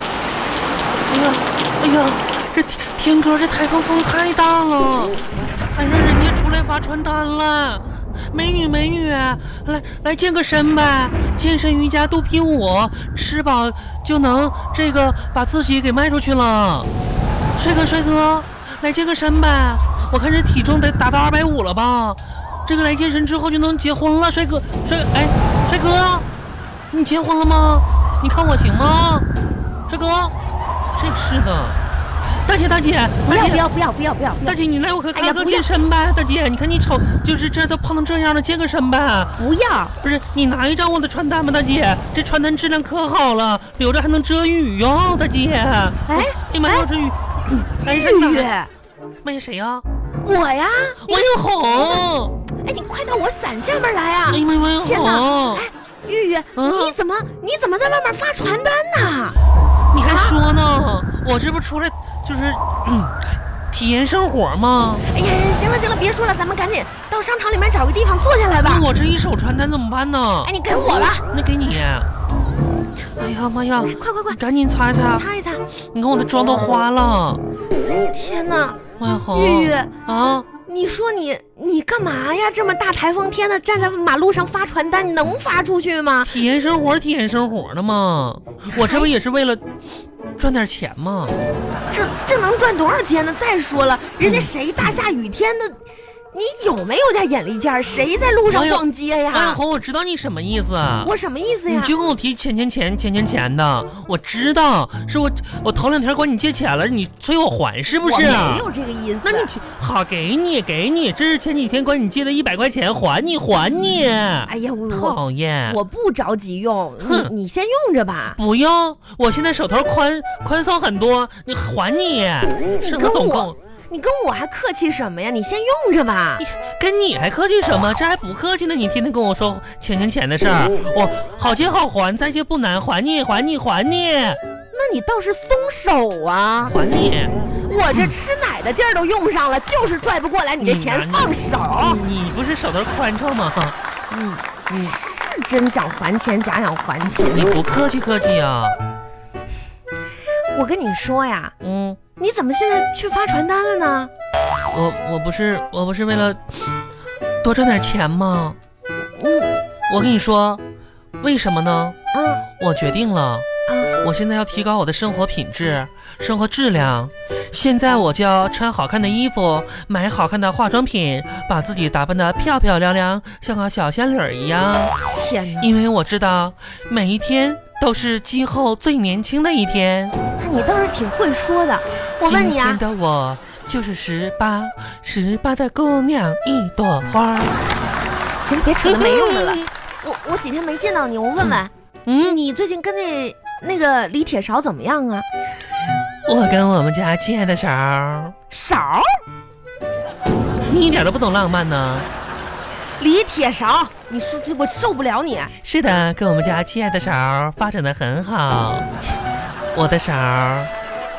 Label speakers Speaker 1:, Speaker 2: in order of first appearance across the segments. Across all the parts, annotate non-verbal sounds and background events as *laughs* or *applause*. Speaker 1: 哎这天天哥，这台风风太大了，还让人家出来发传单了。美女，美女，来来健个身呗，健身瑜伽肚皮舞，吃饱就能这个把自己给卖出去了。帅哥，帅哥，来健个身呗，我看这体重得达到二百五了吧？这个来健身之后就能结婚了，帅哥，帅哎，帅哥，你结婚了吗？你看我行吗？帅哥，真是的，大姐大姐，
Speaker 2: 不要不要不要不要不要！
Speaker 1: 大姐，你来我可
Speaker 2: 哎呀
Speaker 1: 看看
Speaker 2: 不要
Speaker 1: 健身呗，大姐，你看你瞅，就是这都胖成这样了，健个身呗。
Speaker 2: 不要！
Speaker 1: 不是，你拿一张我的传单吧，大姐，这传单质量可好了，留着还能遮雨哟、大姐。哎
Speaker 2: 哎
Speaker 1: 呀妈呀，这
Speaker 2: *clears throat*
Speaker 1: 雨，哎，真
Speaker 2: 日
Speaker 1: 的，
Speaker 2: 月，
Speaker 1: 妈呀，谁呀、
Speaker 2: 我呀，
Speaker 1: 王小红，
Speaker 2: 哎，你快到我伞下面来啊
Speaker 1: 哎！呀妈呀，王
Speaker 2: 天
Speaker 1: 小
Speaker 2: 哪
Speaker 1: 红，！
Speaker 2: 哎，玉玉，
Speaker 1: 哦嗯
Speaker 2: 你怎么你怎么在外面发传单呢？
Speaker 1: 你
Speaker 2: 啊
Speaker 1: 还说呢？我这不出来就是、嗯体验生活吗？
Speaker 2: 哎呀，行了行了，别说了，咱们赶紧到商场里面找个地方坐下来吧
Speaker 1: 那。我这一手传单怎么办呢
Speaker 2: 啊哎，？你给我吧，
Speaker 1: 那给你。哎呀妈呀，
Speaker 2: 快快快，
Speaker 1: 赶紧擦一擦，
Speaker 2: 啊擦一擦！
Speaker 1: 你看我的妆都花了。
Speaker 2: 天哪，
Speaker 1: 王小红，
Speaker 2: 嗯玉玉，
Speaker 1: 啊，
Speaker 2: 你说你你干嘛呀？这么大台风天的，站在马路上发传单，你能发出去吗？
Speaker 1: 体验生活，体验生活呢嘛。我这不也是为了赚点钱嘛？
Speaker 2: 这这能赚多少钱呢？再说了，人家谁大下雨天的，你有没有点眼力见儿？谁在路上
Speaker 1: 哎呦
Speaker 2: 逛街
Speaker 1: 王小
Speaker 2: 呀？
Speaker 1: 红，我知道你什么意思。
Speaker 2: 我什么意思
Speaker 1: 你
Speaker 2: 呀？
Speaker 1: 就跟我提钱钱钱钱钱钱的，我知道，是我我头两天管你借钱了，你催我还是不
Speaker 2: 我
Speaker 1: 是？
Speaker 2: 没有这个意思。
Speaker 1: 那你去好给你给你，这是前几天管你借的一百块钱，还你还你，
Speaker 2: 哎呀，我我
Speaker 1: 讨厌！
Speaker 2: 我不着急用，
Speaker 1: 哼
Speaker 2: 你你先用着吧。
Speaker 1: 不用，我现在手头宽宽松很多，你还你，是
Speaker 2: 跟
Speaker 1: 总
Speaker 2: 我
Speaker 1: 共
Speaker 2: 你跟我还客气什么呀？你先用着吧。
Speaker 1: 哎跟你还客气什么？这还不客气呢！你天天跟我说钱钱钱的事儿，我好借好还，再借不难，还你还你还你
Speaker 2: 那你倒是松手啊！
Speaker 1: 还你！
Speaker 2: 我这吃奶的劲儿都用上了，就是拽不过来你这钱，
Speaker 1: 你拿
Speaker 2: 放手。
Speaker 1: 你你不是手头宽敞吗？
Speaker 2: 嗯，你是真想还钱，假想还钱。
Speaker 1: 你不客气客气啊？
Speaker 2: 我跟你说呀，
Speaker 1: 嗯，
Speaker 2: 你怎么现在去发传单了呢？
Speaker 1: 我我不是我不是为了多赚点钱吗？
Speaker 2: 嗯
Speaker 1: 我跟你说，为什么呢？
Speaker 2: 嗯
Speaker 1: 我决定了，
Speaker 2: 啊，
Speaker 1: 我现在要提高我的生活品质、生活质量。现在我就要穿好看的衣服，买好看的化妆品，把自己打扮得漂漂亮亮，像个小仙女儿一样。
Speaker 2: 天哪！
Speaker 1: 因为我知道，每一天都是今后最年轻的一天。
Speaker 2: 你倒是挺会说的。我问你啊
Speaker 1: 今天，的我就是十八，十八的姑娘一朵花。
Speaker 2: 行，别扯那没用的 *laughs* 了。。我我几天没见到你，我问问、
Speaker 1: 嗯，
Speaker 2: 你最近跟那那个李铁勺怎么样啊？
Speaker 1: *laughs* 我跟我们家亲爱的勺儿，
Speaker 2: 勺儿，
Speaker 1: 你一点都不懂浪漫呢。
Speaker 2: 李铁勺，你说这我受不了你。
Speaker 1: 是的，跟我们家亲爱的勺儿发展的很好，我的勺儿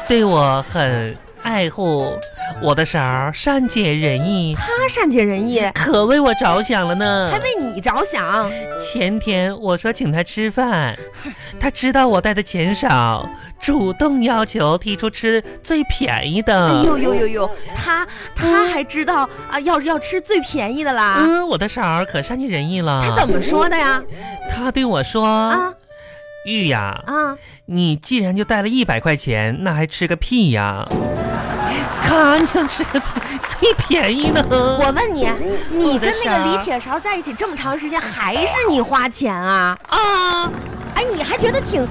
Speaker 1: 对我很爱护，我的勺儿善解人意，
Speaker 2: 他善解人意，
Speaker 1: 可为我着想了呢
Speaker 2: 还。为你着想。
Speaker 1: 前天我说请他吃饭，他知道我带的钱少，主动要求提出吃最便宜
Speaker 2: 哎
Speaker 1: 的。
Speaker 2: 呦呦呦呦，他他还知道啊，要要吃最便宜的啦。
Speaker 1: 嗯，我的勺儿可善解人意了。
Speaker 2: 他怎么说的呀？
Speaker 1: 他对我说
Speaker 2: 啊：“
Speaker 1: 玉呀，
Speaker 2: 啊，
Speaker 1: 你既然就带了一百块钱，那还吃个屁呀？哎咔，你想吃个屁最便宜的。
Speaker 2: 我问你，你跟那
Speaker 1: 我的
Speaker 2: 个
Speaker 1: 勺
Speaker 2: 李铁勺在一起这么长时间，还是你花钱啊？
Speaker 1: 啊
Speaker 2: 哎，你还觉得挺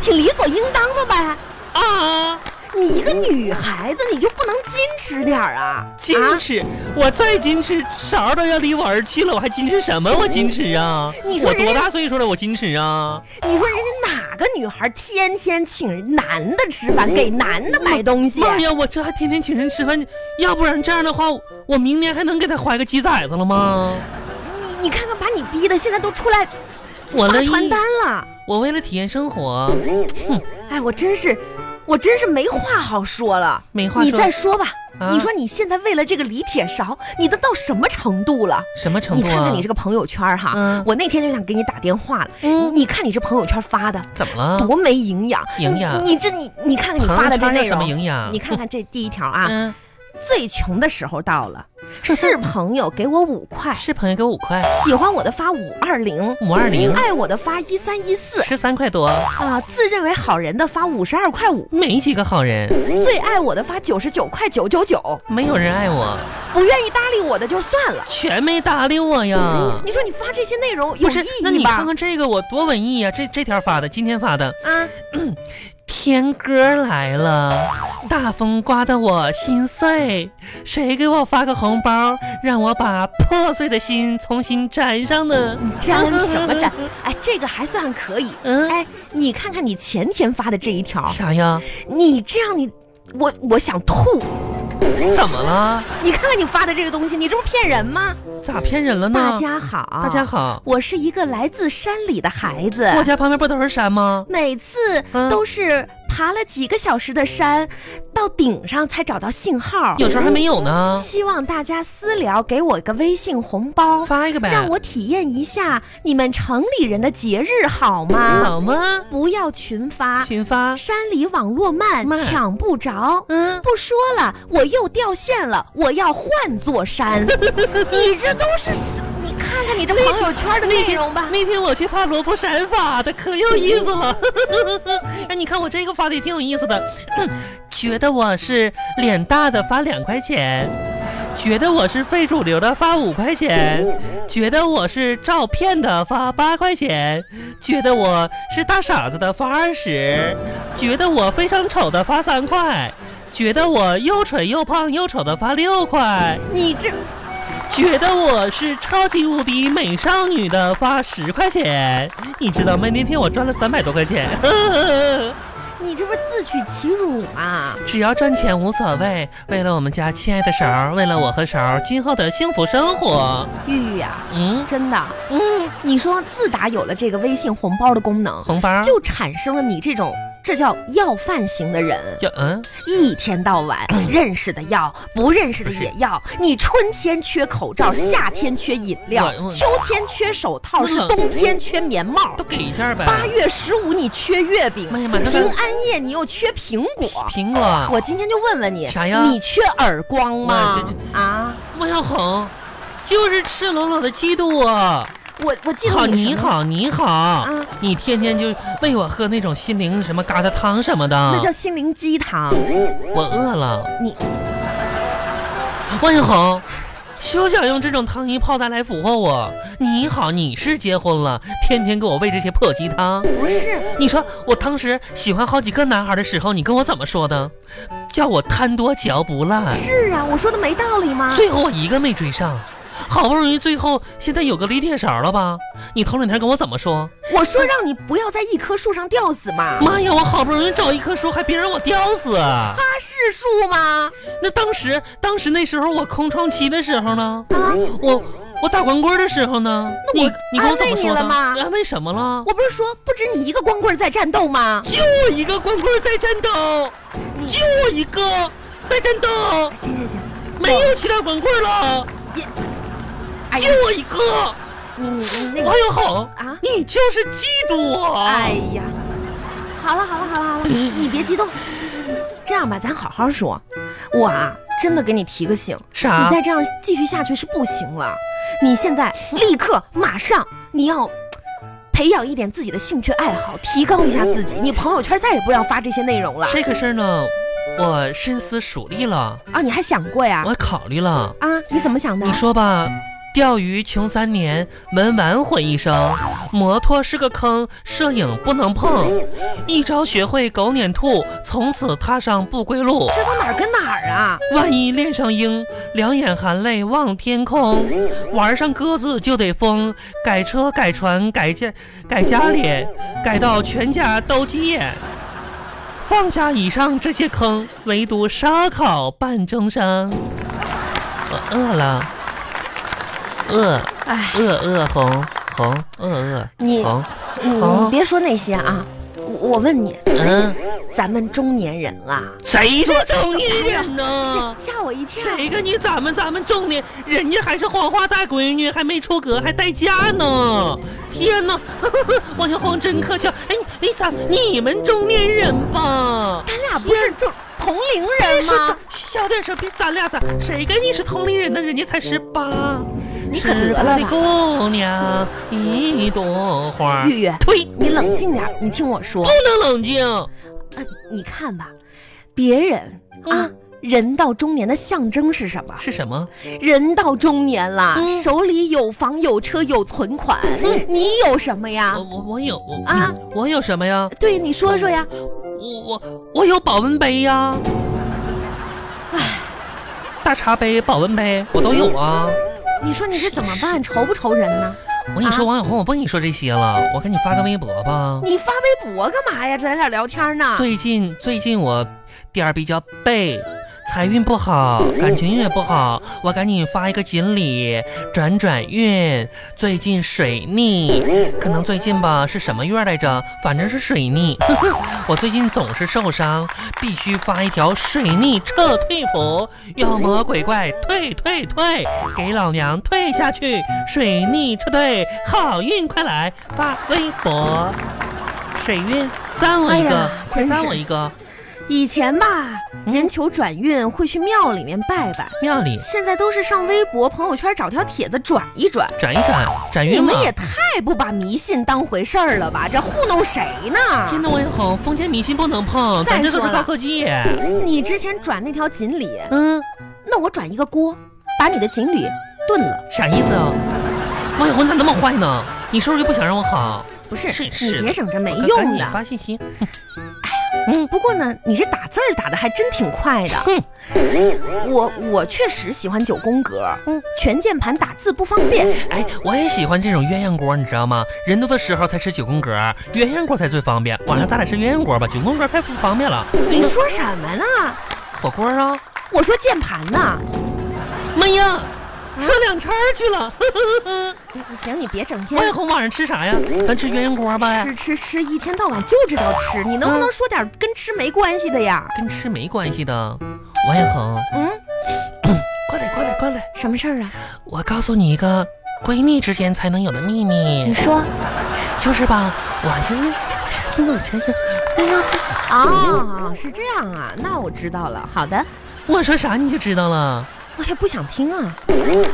Speaker 2: 挺理所应当的呗？
Speaker 1: 啊，
Speaker 2: 你一个女孩子，你就不能矜持点儿啊？
Speaker 1: 矜
Speaker 2: 啊，
Speaker 1: 持！我再矜持，勺儿都要离我而去了，我还矜持什么？我矜持啊！
Speaker 2: 哎你说
Speaker 1: 我
Speaker 2: 人
Speaker 1: 多大岁数了？我矜持啊！
Speaker 2: 你说人家哪个女孩天天请人男的吃饭，
Speaker 1: 嗯
Speaker 2: 给男的买东西？
Speaker 1: 妈呀，我这还天天请人吃饭，要不然这样的话，我我明年还能给他怀个鸡崽子了吗？
Speaker 2: 你你看看，把你逼的现在都出来
Speaker 1: 我
Speaker 2: 发
Speaker 1: 乐
Speaker 2: 传
Speaker 1: 意
Speaker 2: 单，了。
Speaker 1: 我为了体验生活，
Speaker 2: 哎，我真是，我真是没话好说了。
Speaker 1: 没话
Speaker 2: 你
Speaker 1: 说
Speaker 2: 再说吧，
Speaker 1: 啊
Speaker 2: 你说你现在为了这个李铁勺，你都到什么程度了？
Speaker 1: 什么程
Speaker 2: 你
Speaker 1: 度啊？
Speaker 2: 看看你这个朋友圈哈，
Speaker 1: 嗯
Speaker 2: 我那天就想给你打电话了。
Speaker 1: 嗯
Speaker 2: 你看你这朋友圈发的
Speaker 1: 怎么了？
Speaker 2: 多没营养，
Speaker 1: 营养
Speaker 2: 你你这你你看看你
Speaker 1: 朋友
Speaker 2: 发的这
Speaker 1: 圈有
Speaker 2: 内
Speaker 1: 什么
Speaker 2: 容，
Speaker 1: 营养？
Speaker 2: 你看看这第一条啊，
Speaker 1: 嗯，
Speaker 2: 最穷的时候到了，是朋友给我五块，
Speaker 1: 是朋友给我五块，
Speaker 2: 喜欢我的发五二零，
Speaker 1: 520
Speaker 2: 爱我的发一三一四
Speaker 1: 十三块多，
Speaker 2: 啊，自认为好人的发五十二块五，
Speaker 1: 没几个好人，
Speaker 2: 最爱我的发九十九块九九九，
Speaker 1: 没有人爱我，
Speaker 2: 不愿意搭理我的就算了。
Speaker 1: 全没搭理我呀。
Speaker 2: 你说你发这些内容有
Speaker 1: 不是
Speaker 2: 意，
Speaker 1: 那
Speaker 2: 义
Speaker 1: 你
Speaker 2: 吧
Speaker 1: 看？看这个我多文艺呀、这这条发的，今天发的，
Speaker 2: 啊，
Speaker 1: 天哥来了，大风刮得我心碎，谁给我发个红包，让我把破碎的心重新粘上呢？
Speaker 2: 你粘什么粘？哎，这个还算可以。
Speaker 1: 嗯，
Speaker 2: 哎，你看看你前天发的这一条，
Speaker 1: 啥呀？
Speaker 2: 你这样你，我我想吐。
Speaker 1: 怎么了？
Speaker 2: 你看看你发的这个东西，你这不骗人吗？
Speaker 1: 咋骗人了呢？
Speaker 2: 大家好，
Speaker 1: 啊大家好，
Speaker 2: 我是一个来自山里的孩子，
Speaker 1: 我家旁边不都是山吗？
Speaker 2: 每次
Speaker 1: 嗯
Speaker 2: 都是爬了几个小时的山，到顶上才找到信号。
Speaker 1: 有时候还没有呢，
Speaker 2: 希望大家私聊给我个微信红包，
Speaker 1: 发一个呗。
Speaker 2: 让我体验一下你们城里人的节日好吗？
Speaker 1: 好吗？
Speaker 2: 不要嗯群发，
Speaker 1: 群发，
Speaker 2: 山里网络慢，
Speaker 1: 慢
Speaker 2: 抢不着。
Speaker 1: 嗯，
Speaker 2: 不说了，我又掉线了，我要换座 *laughs* 山。你这都是什？你看看你这朋友圈的内容吧。
Speaker 1: 那天我去爬罗浮山发的，可有意思了。哎，你看我这个发的也挺有意思的，觉得我是脸大的发两块钱，觉得我是非主流的发五块钱，觉得我是照骗的发八块钱，觉得我是大傻子的发二十，觉得我非常丑的发三块。觉得我又蠢又胖又丑的发六块，
Speaker 2: 你这
Speaker 1: 觉得我是超级无敌美少女的发十块钱，你知道吗？那天我赚了三百多块钱， *laughs*
Speaker 2: 你这不是自取其辱吗？
Speaker 1: 只要赚钱无所谓。为了我们家亲爱的勺，为了我和勺今后的幸福生活，
Speaker 2: 玉玉啊呀、
Speaker 1: 嗯
Speaker 2: 真的，
Speaker 1: 嗯，
Speaker 2: 你说自打有了这个微信红包的功能，
Speaker 1: 红包
Speaker 2: 就产生了你这种这叫要饭型的人，
Speaker 1: 要嗯，
Speaker 2: 一天到晚认识的要，不认识的也要。你春天缺口罩，夏天缺饮料
Speaker 1: 我我，
Speaker 2: 秋天缺手套，
Speaker 1: 我
Speaker 2: 是冬天缺棉帽
Speaker 1: 都。给一件呗。
Speaker 2: 八月十五你缺月饼，
Speaker 1: 妈呀马上
Speaker 2: 平安夜你又缺苹果。
Speaker 1: 苹果，
Speaker 2: 我今天就问问你，
Speaker 1: 啥呀
Speaker 2: 你缺耳光吗
Speaker 1: 我？
Speaker 2: 啊，
Speaker 1: 莫小红，就是赤裸裸的嫉妒我。
Speaker 2: 我我记
Speaker 1: 好，
Speaker 2: 得
Speaker 1: 你
Speaker 2: 你什么，
Speaker 1: 好，你好，
Speaker 2: 啊
Speaker 1: 你天天就喂我喝那种心灵什么疙瘩汤什么的，
Speaker 2: 那叫心灵鸡汤。
Speaker 1: 我饿了，
Speaker 2: 你
Speaker 1: 万小红，休想用这种糖衣炮弹来俘获我！你好，你是结婚了，天天给我喂这些破鸡汤。
Speaker 2: 不是
Speaker 1: 你说我当时喜欢好几个男孩的时候，你跟我怎么说的？叫我贪多嚼不烂，
Speaker 2: 是啊，我说的没道理吗？
Speaker 1: 最后我一个没追上，好不容易最后现在有个李铁勺了吧？你头两天跟我怎么说？
Speaker 2: 我说让你不要在一棵树上吊死嘛，
Speaker 1: 妈呀，我好不容易找一棵树，还别让我吊死！啊
Speaker 2: 它是树吗？
Speaker 1: 那当时，当时那时候我空窗期的时候呢？
Speaker 2: 啊，
Speaker 1: 我我打光棍的时候呢，
Speaker 2: 那
Speaker 1: 你
Speaker 2: 我
Speaker 1: 你跟我怎么
Speaker 2: 安慰你
Speaker 1: 说的？
Speaker 2: 了吗
Speaker 1: 安慰什么了？
Speaker 2: 我不是说不止你一个光棍在战斗吗？
Speaker 1: 就我一个光棍在战斗，
Speaker 2: 你
Speaker 1: 就我一个在战斗，
Speaker 2: 行行行，
Speaker 1: 没有其他光棍了，
Speaker 2: 也，哎
Speaker 1: 就
Speaker 2: 呀，
Speaker 1: 我一个。
Speaker 2: 你你你那个
Speaker 1: 王，永红
Speaker 2: 啊
Speaker 1: 你就是嫉妒我。
Speaker 2: 哎呀，好了好了好了好了，你别激动，这样吧，咱好好说，我啊真的给你提个醒，
Speaker 1: 啥
Speaker 2: 你再这样继续下去是不行了，你现在立刻马上你要。培养一点自己的兴趣爱好，提高一下自己。你朋友圈再也不要发这些内容了
Speaker 1: 这个事儿呢，我深思熟虑了，
Speaker 2: 啊！你还想过呀？
Speaker 1: 我考虑了。
Speaker 2: 啊，你怎么想的？
Speaker 1: 你说吧，钓鱼穷三年，文玩毁一生，摩托是个坑，摄影不能碰，一招学会狗撵兔，从此踏上不归路。
Speaker 2: 这都哪儿跟哪儿啊？
Speaker 1: 万一恋上鹰，两眼含泪望天空；玩上鸽子就得疯，改车改船改家改家脸，改到全家都急眼。放下以上这些坑，唯独烧烤伴终生。我饿了，饿
Speaker 2: 哎，
Speaker 1: 饿饿红红饿饿
Speaker 2: 你
Speaker 1: 红，
Speaker 2: 你
Speaker 1: 好
Speaker 2: 你别说那些啊，我我问你，哎
Speaker 1: 嗯，
Speaker 2: 咱们中年人啊，
Speaker 1: 谁说中年人呢
Speaker 2: 吓？吓我一跳！
Speaker 1: 谁跟你咱们咱们中年人家还是黄花大闺女，还没出阁，还待嫁呢！天哪， *laughs* 王小红真可笑！哎，你你咋你们中年人吧？
Speaker 2: 咱俩不是就同龄
Speaker 1: 别
Speaker 2: 人
Speaker 1: 说
Speaker 2: 吗
Speaker 1: 咱？小点声，别咱俩咋？谁跟你是同龄人呢？人家才十八。
Speaker 2: 你可得
Speaker 1: 十八
Speaker 2: 了
Speaker 1: 的
Speaker 2: 吧！
Speaker 1: 姑娘一朵花。
Speaker 2: 月月
Speaker 1: 呸！
Speaker 2: 你冷静点儿，你听我说
Speaker 1: 不，能冷静。
Speaker 2: 呃你看吧，别人啊。人到中年的象征是什么？
Speaker 1: 是什么？
Speaker 2: 人到中年了，
Speaker 1: 嗯
Speaker 2: 手里有房有车有存款，你有什么呀
Speaker 1: 我？我我有我
Speaker 2: 啊
Speaker 1: 我有什么呀？
Speaker 2: 对，你说说呀。
Speaker 1: 我我我有保温杯呀。大茶杯、保温杯我都有啊。
Speaker 2: 你说你这怎么办？愁不愁人呢？
Speaker 1: 我跟你说，王小红，我不跟你说这些了，我给你发个微博吧。
Speaker 2: 你发微博干嘛呀？咱俩聊天呢。
Speaker 1: 最近最近我点儿比较背，财运不好，感情也不好，我赶紧发一个锦鲤转转运。最近水逆，可能最近吧是什么月来着？反正是水逆。 *laughs* 我最近总是受伤，必须发一条水逆撤退符，妖魔鬼怪退退退，给老娘退下去！水逆撤退，好运快来！发微博，水运赞我一
Speaker 2: 哎
Speaker 1: 个
Speaker 2: 呀，
Speaker 1: 快
Speaker 2: 真
Speaker 1: 赞
Speaker 2: 是
Speaker 1: 我一个！
Speaker 2: 以前吧，
Speaker 1: 嗯
Speaker 2: 人求转运会去庙里面拜拜，
Speaker 1: 庙里
Speaker 2: 现在都是上微博、朋友圈找条帖子转一转。
Speaker 1: 转一转，转
Speaker 2: 你
Speaker 1: 运嘛
Speaker 2: 们。也太不把迷信当回事儿了吧？这糊弄谁
Speaker 1: 天
Speaker 2: 呢？
Speaker 1: 呐，王小红，封建迷信不能碰，咱
Speaker 2: 再
Speaker 1: 这都
Speaker 2: 说
Speaker 1: 是高
Speaker 2: 了
Speaker 1: 科技。
Speaker 2: 你之前转那条锦鲤，
Speaker 1: 嗯，
Speaker 2: 那我转一个锅，把你的锦鲤炖了。
Speaker 1: 啥意思啊？王小红咋那么坏呢？你是不是就不想让我好？
Speaker 2: 不是，
Speaker 1: 是是
Speaker 2: 你别整这没
Speaker 1: 赶赶
Speaker 2: 用
Speaker 1: 紧
Speaker 2: 的。
Speaker 1: 发信息。
Speaker 2: 不过呢，你这打字儿打的还真挺快的。
Speaker 1: 哼
Speaker 2: 我我确实喜欢九宫格，
Speaker 1: 嗯
Speaker 2: 全键盘打字不方便。
Speaker 1: 哎，我也喜欢这种鸳鸯锅，你知道吗？人多的时候才吃九宫格，鸳鸯锅才最方便。晚上咱俩吃鸳鸯锅吧，九宫格太不方便了。
Speaker 2: 你说什么呢？
Speaker 1: 火锅啊，
Speaker 2: 我说键盘呢。
Speaker 1: 妈呀，上两叉儿去了。
Speaker 2: 行，你别整
Speaker 1: 王
Speaker 2: 天
Speaker 1: 小红晚上吃啥呀？咱吃鸳鸯锅吧，嗯
Speaker 2: 吃吃吃，一天到晚就知道吃，你能不能说点跟吃没关系的呀？
Speaker 1: 跟吃没关系的。王小红，
Speaker 2: 嗯，
Speaker 1: 过来过来过来，
Speaker 2: 什么事儿啊？
Speaker 1: 我告诉你一个闺蜜之间才能有的秘密
Speaker 2: 你，说
Speaker 1: 就是吧，我就是我想想，哎呀，
Speaker 2: 啊，是这样啊，那我知道了。好的，
Speaker 1: 我说啥你就知道了。
Speaker 2: 我也不想听啊。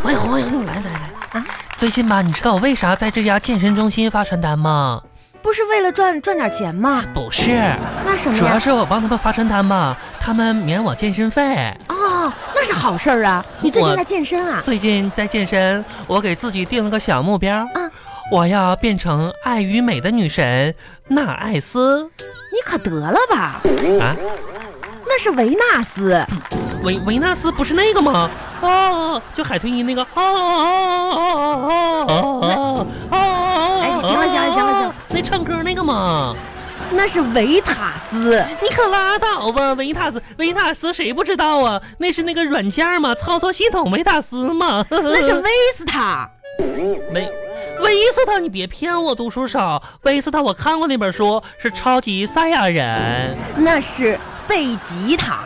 Speaker 1: 王小红，王小红，来来来
Speaker 2: 啊！
Speaker 1: 最近吧，你知道我为啥在这家健身中心发传单吗？
Speaker 2: 不是为了赚赚点钱吗？
Speaker 1: 不是，
Speaker 2: 那什么
Speaker 1: 主要
Speaker 2: 呀？
Speaker 1: 是我帮他们发传单吧，他们免我健身费。
Speaker 2: 哦，那是好事儿啊。你最近
Speaker 1: 我
Speaker 2: 在健身啊？
Speaker 1: 最近在健身，我给自己定了个小目标，
Speaker 2: 嗯
Speaker 1: 我要变成爱与美的女神纳爱斯
Speaker 2: 你可得了吧，
Speaker 1: 啊，
Speaker 2: 那是维纳斯。
Speaker 1: 维维纳斯不是那个吗？哦，就海豚音那个哦
Speaker 2: 哎
Speaker 1: 哦哦哦哦哦哦！
Speaker 2: 哎行了行了行了行了，
Speaker 1: 那唱歌那个吗？
Speaker 2: 那是维塔斯，
Speaker 1: 你可拉倒吧，维塔斯，维塔斯谁不知道啊？那是那个软件嘛，操作系统维塔斯嘛。
Speaker 2: 那是维斯塔。
Speaker 1: *laughs* 没。维斯塔，你别骗我，读书少。维斯塔，我看过那本书，是超级赛亚人。
Speaker 2: 那是贝吉塔。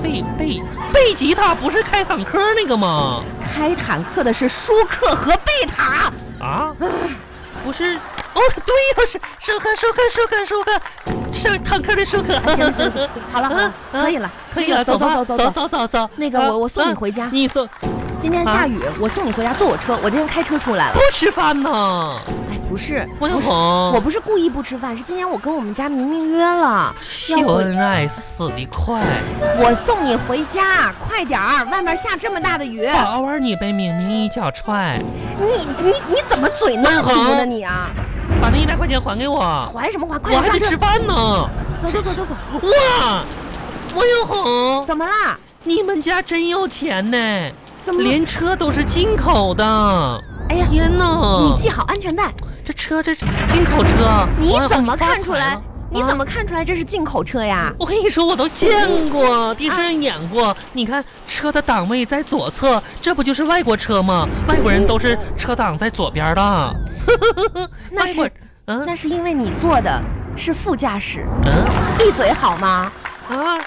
Speaker 1: 贝贝贝吉塔不是开坦克那个吗？
Speaker 2: 开坦克的是舒克和贝塔。
Speaker 1: 啊，不是，哦，对呀、是舒克，舒克，舒克，舒克，上坦克的舒克。
Speaker 2: 啊哎行了行了
Speaker 1: *laughs*
Speaker 2: 行了，好了好了，啊可以
Speaker 1: 了，
Speaker 2: 了，
Speaker 1: 啊可以
Speaker 2: 那
Speaker 1: 了，
Speaker 2: 个走
Speaker 1: 吧
Speaker 2: 走走
Speaker 1: 走
Speaker 2: 走。
Speaker 1: 走走走。
Speaker 2: 那个
Speaker 1: 啊
Speaker 2: 我我送你
Speaker 1: 啊
Speaker 2: 回家
Speaker 1: 你送
Speaker 2: 今天下雨，我送你回家，坐我车。我今天开车出来
Speaker 1: 不
Speaker 2: 了。
Speaker 1: 吃饭呢？
Speaker 2: 哎，不是，
Speaker 1: 王小
Speaker 2: 不是，
Speaker 1: 红，
Speaker 2: 我不是故意不吃饭，是今天我跟我们家明明约了，
Speaker 1: 秀恩爱死得快。
Speaker 2: 我送你回家，快点儿，外面下这么大的雨。
Speaker 1: 早晚你被明明一脚踹，
Speaker 2: 你你你怎么嘴那么毒呢你啊？
Speaker 1: 把那一百块钱还给我。
Speaker 2: 还什么还？快
Speaker 1: 我
Speaker 2: 点
Speaker 1: 还
Speaker 2: 上
Speaker 1: 得
Speaker 2: 车
Speaker 1: 吃，饭呢。
Speaker 2: 走走走走走。
Speaker 1: 哇，王小红，
Speaker 2: 怎么啦？
Speaker 1: 你们家真有钱呢，
Speaker 2: 怎么了？
Speaker 1: 连车都是进口的。
Speaker 2: 哎呀，
Speaker 1: 天哪，
Speaker 2: 你系好安全带。
Speaker 1: 这车这是进口车，
Speaker 2: 你
Speaker 1: 王小红
Speaker 2: 怎么
Speaker 1: 发财
Speaker 2: 看出来
Speaker 1: 了？啊
Speaker 2: 你怎么看出来这是进口车呀？
Speaker 1: 我跟你说，我都见
Speaker 2: 啊
Speaker 1: 过，电视上演过。你看车的档位在左侧，这不就是外国车吗？外国人都是车档在左边的。
Speaker 2: 那
Speaker 1: 外国
Speaker 2: 是
Speaker 1: 嗯，
Speaker 2: 那是因为你坐的是副驾驶，
Speaker 1: 嗯
Speaker 2: 闭嘴好吗？
Speaker 1: 啊，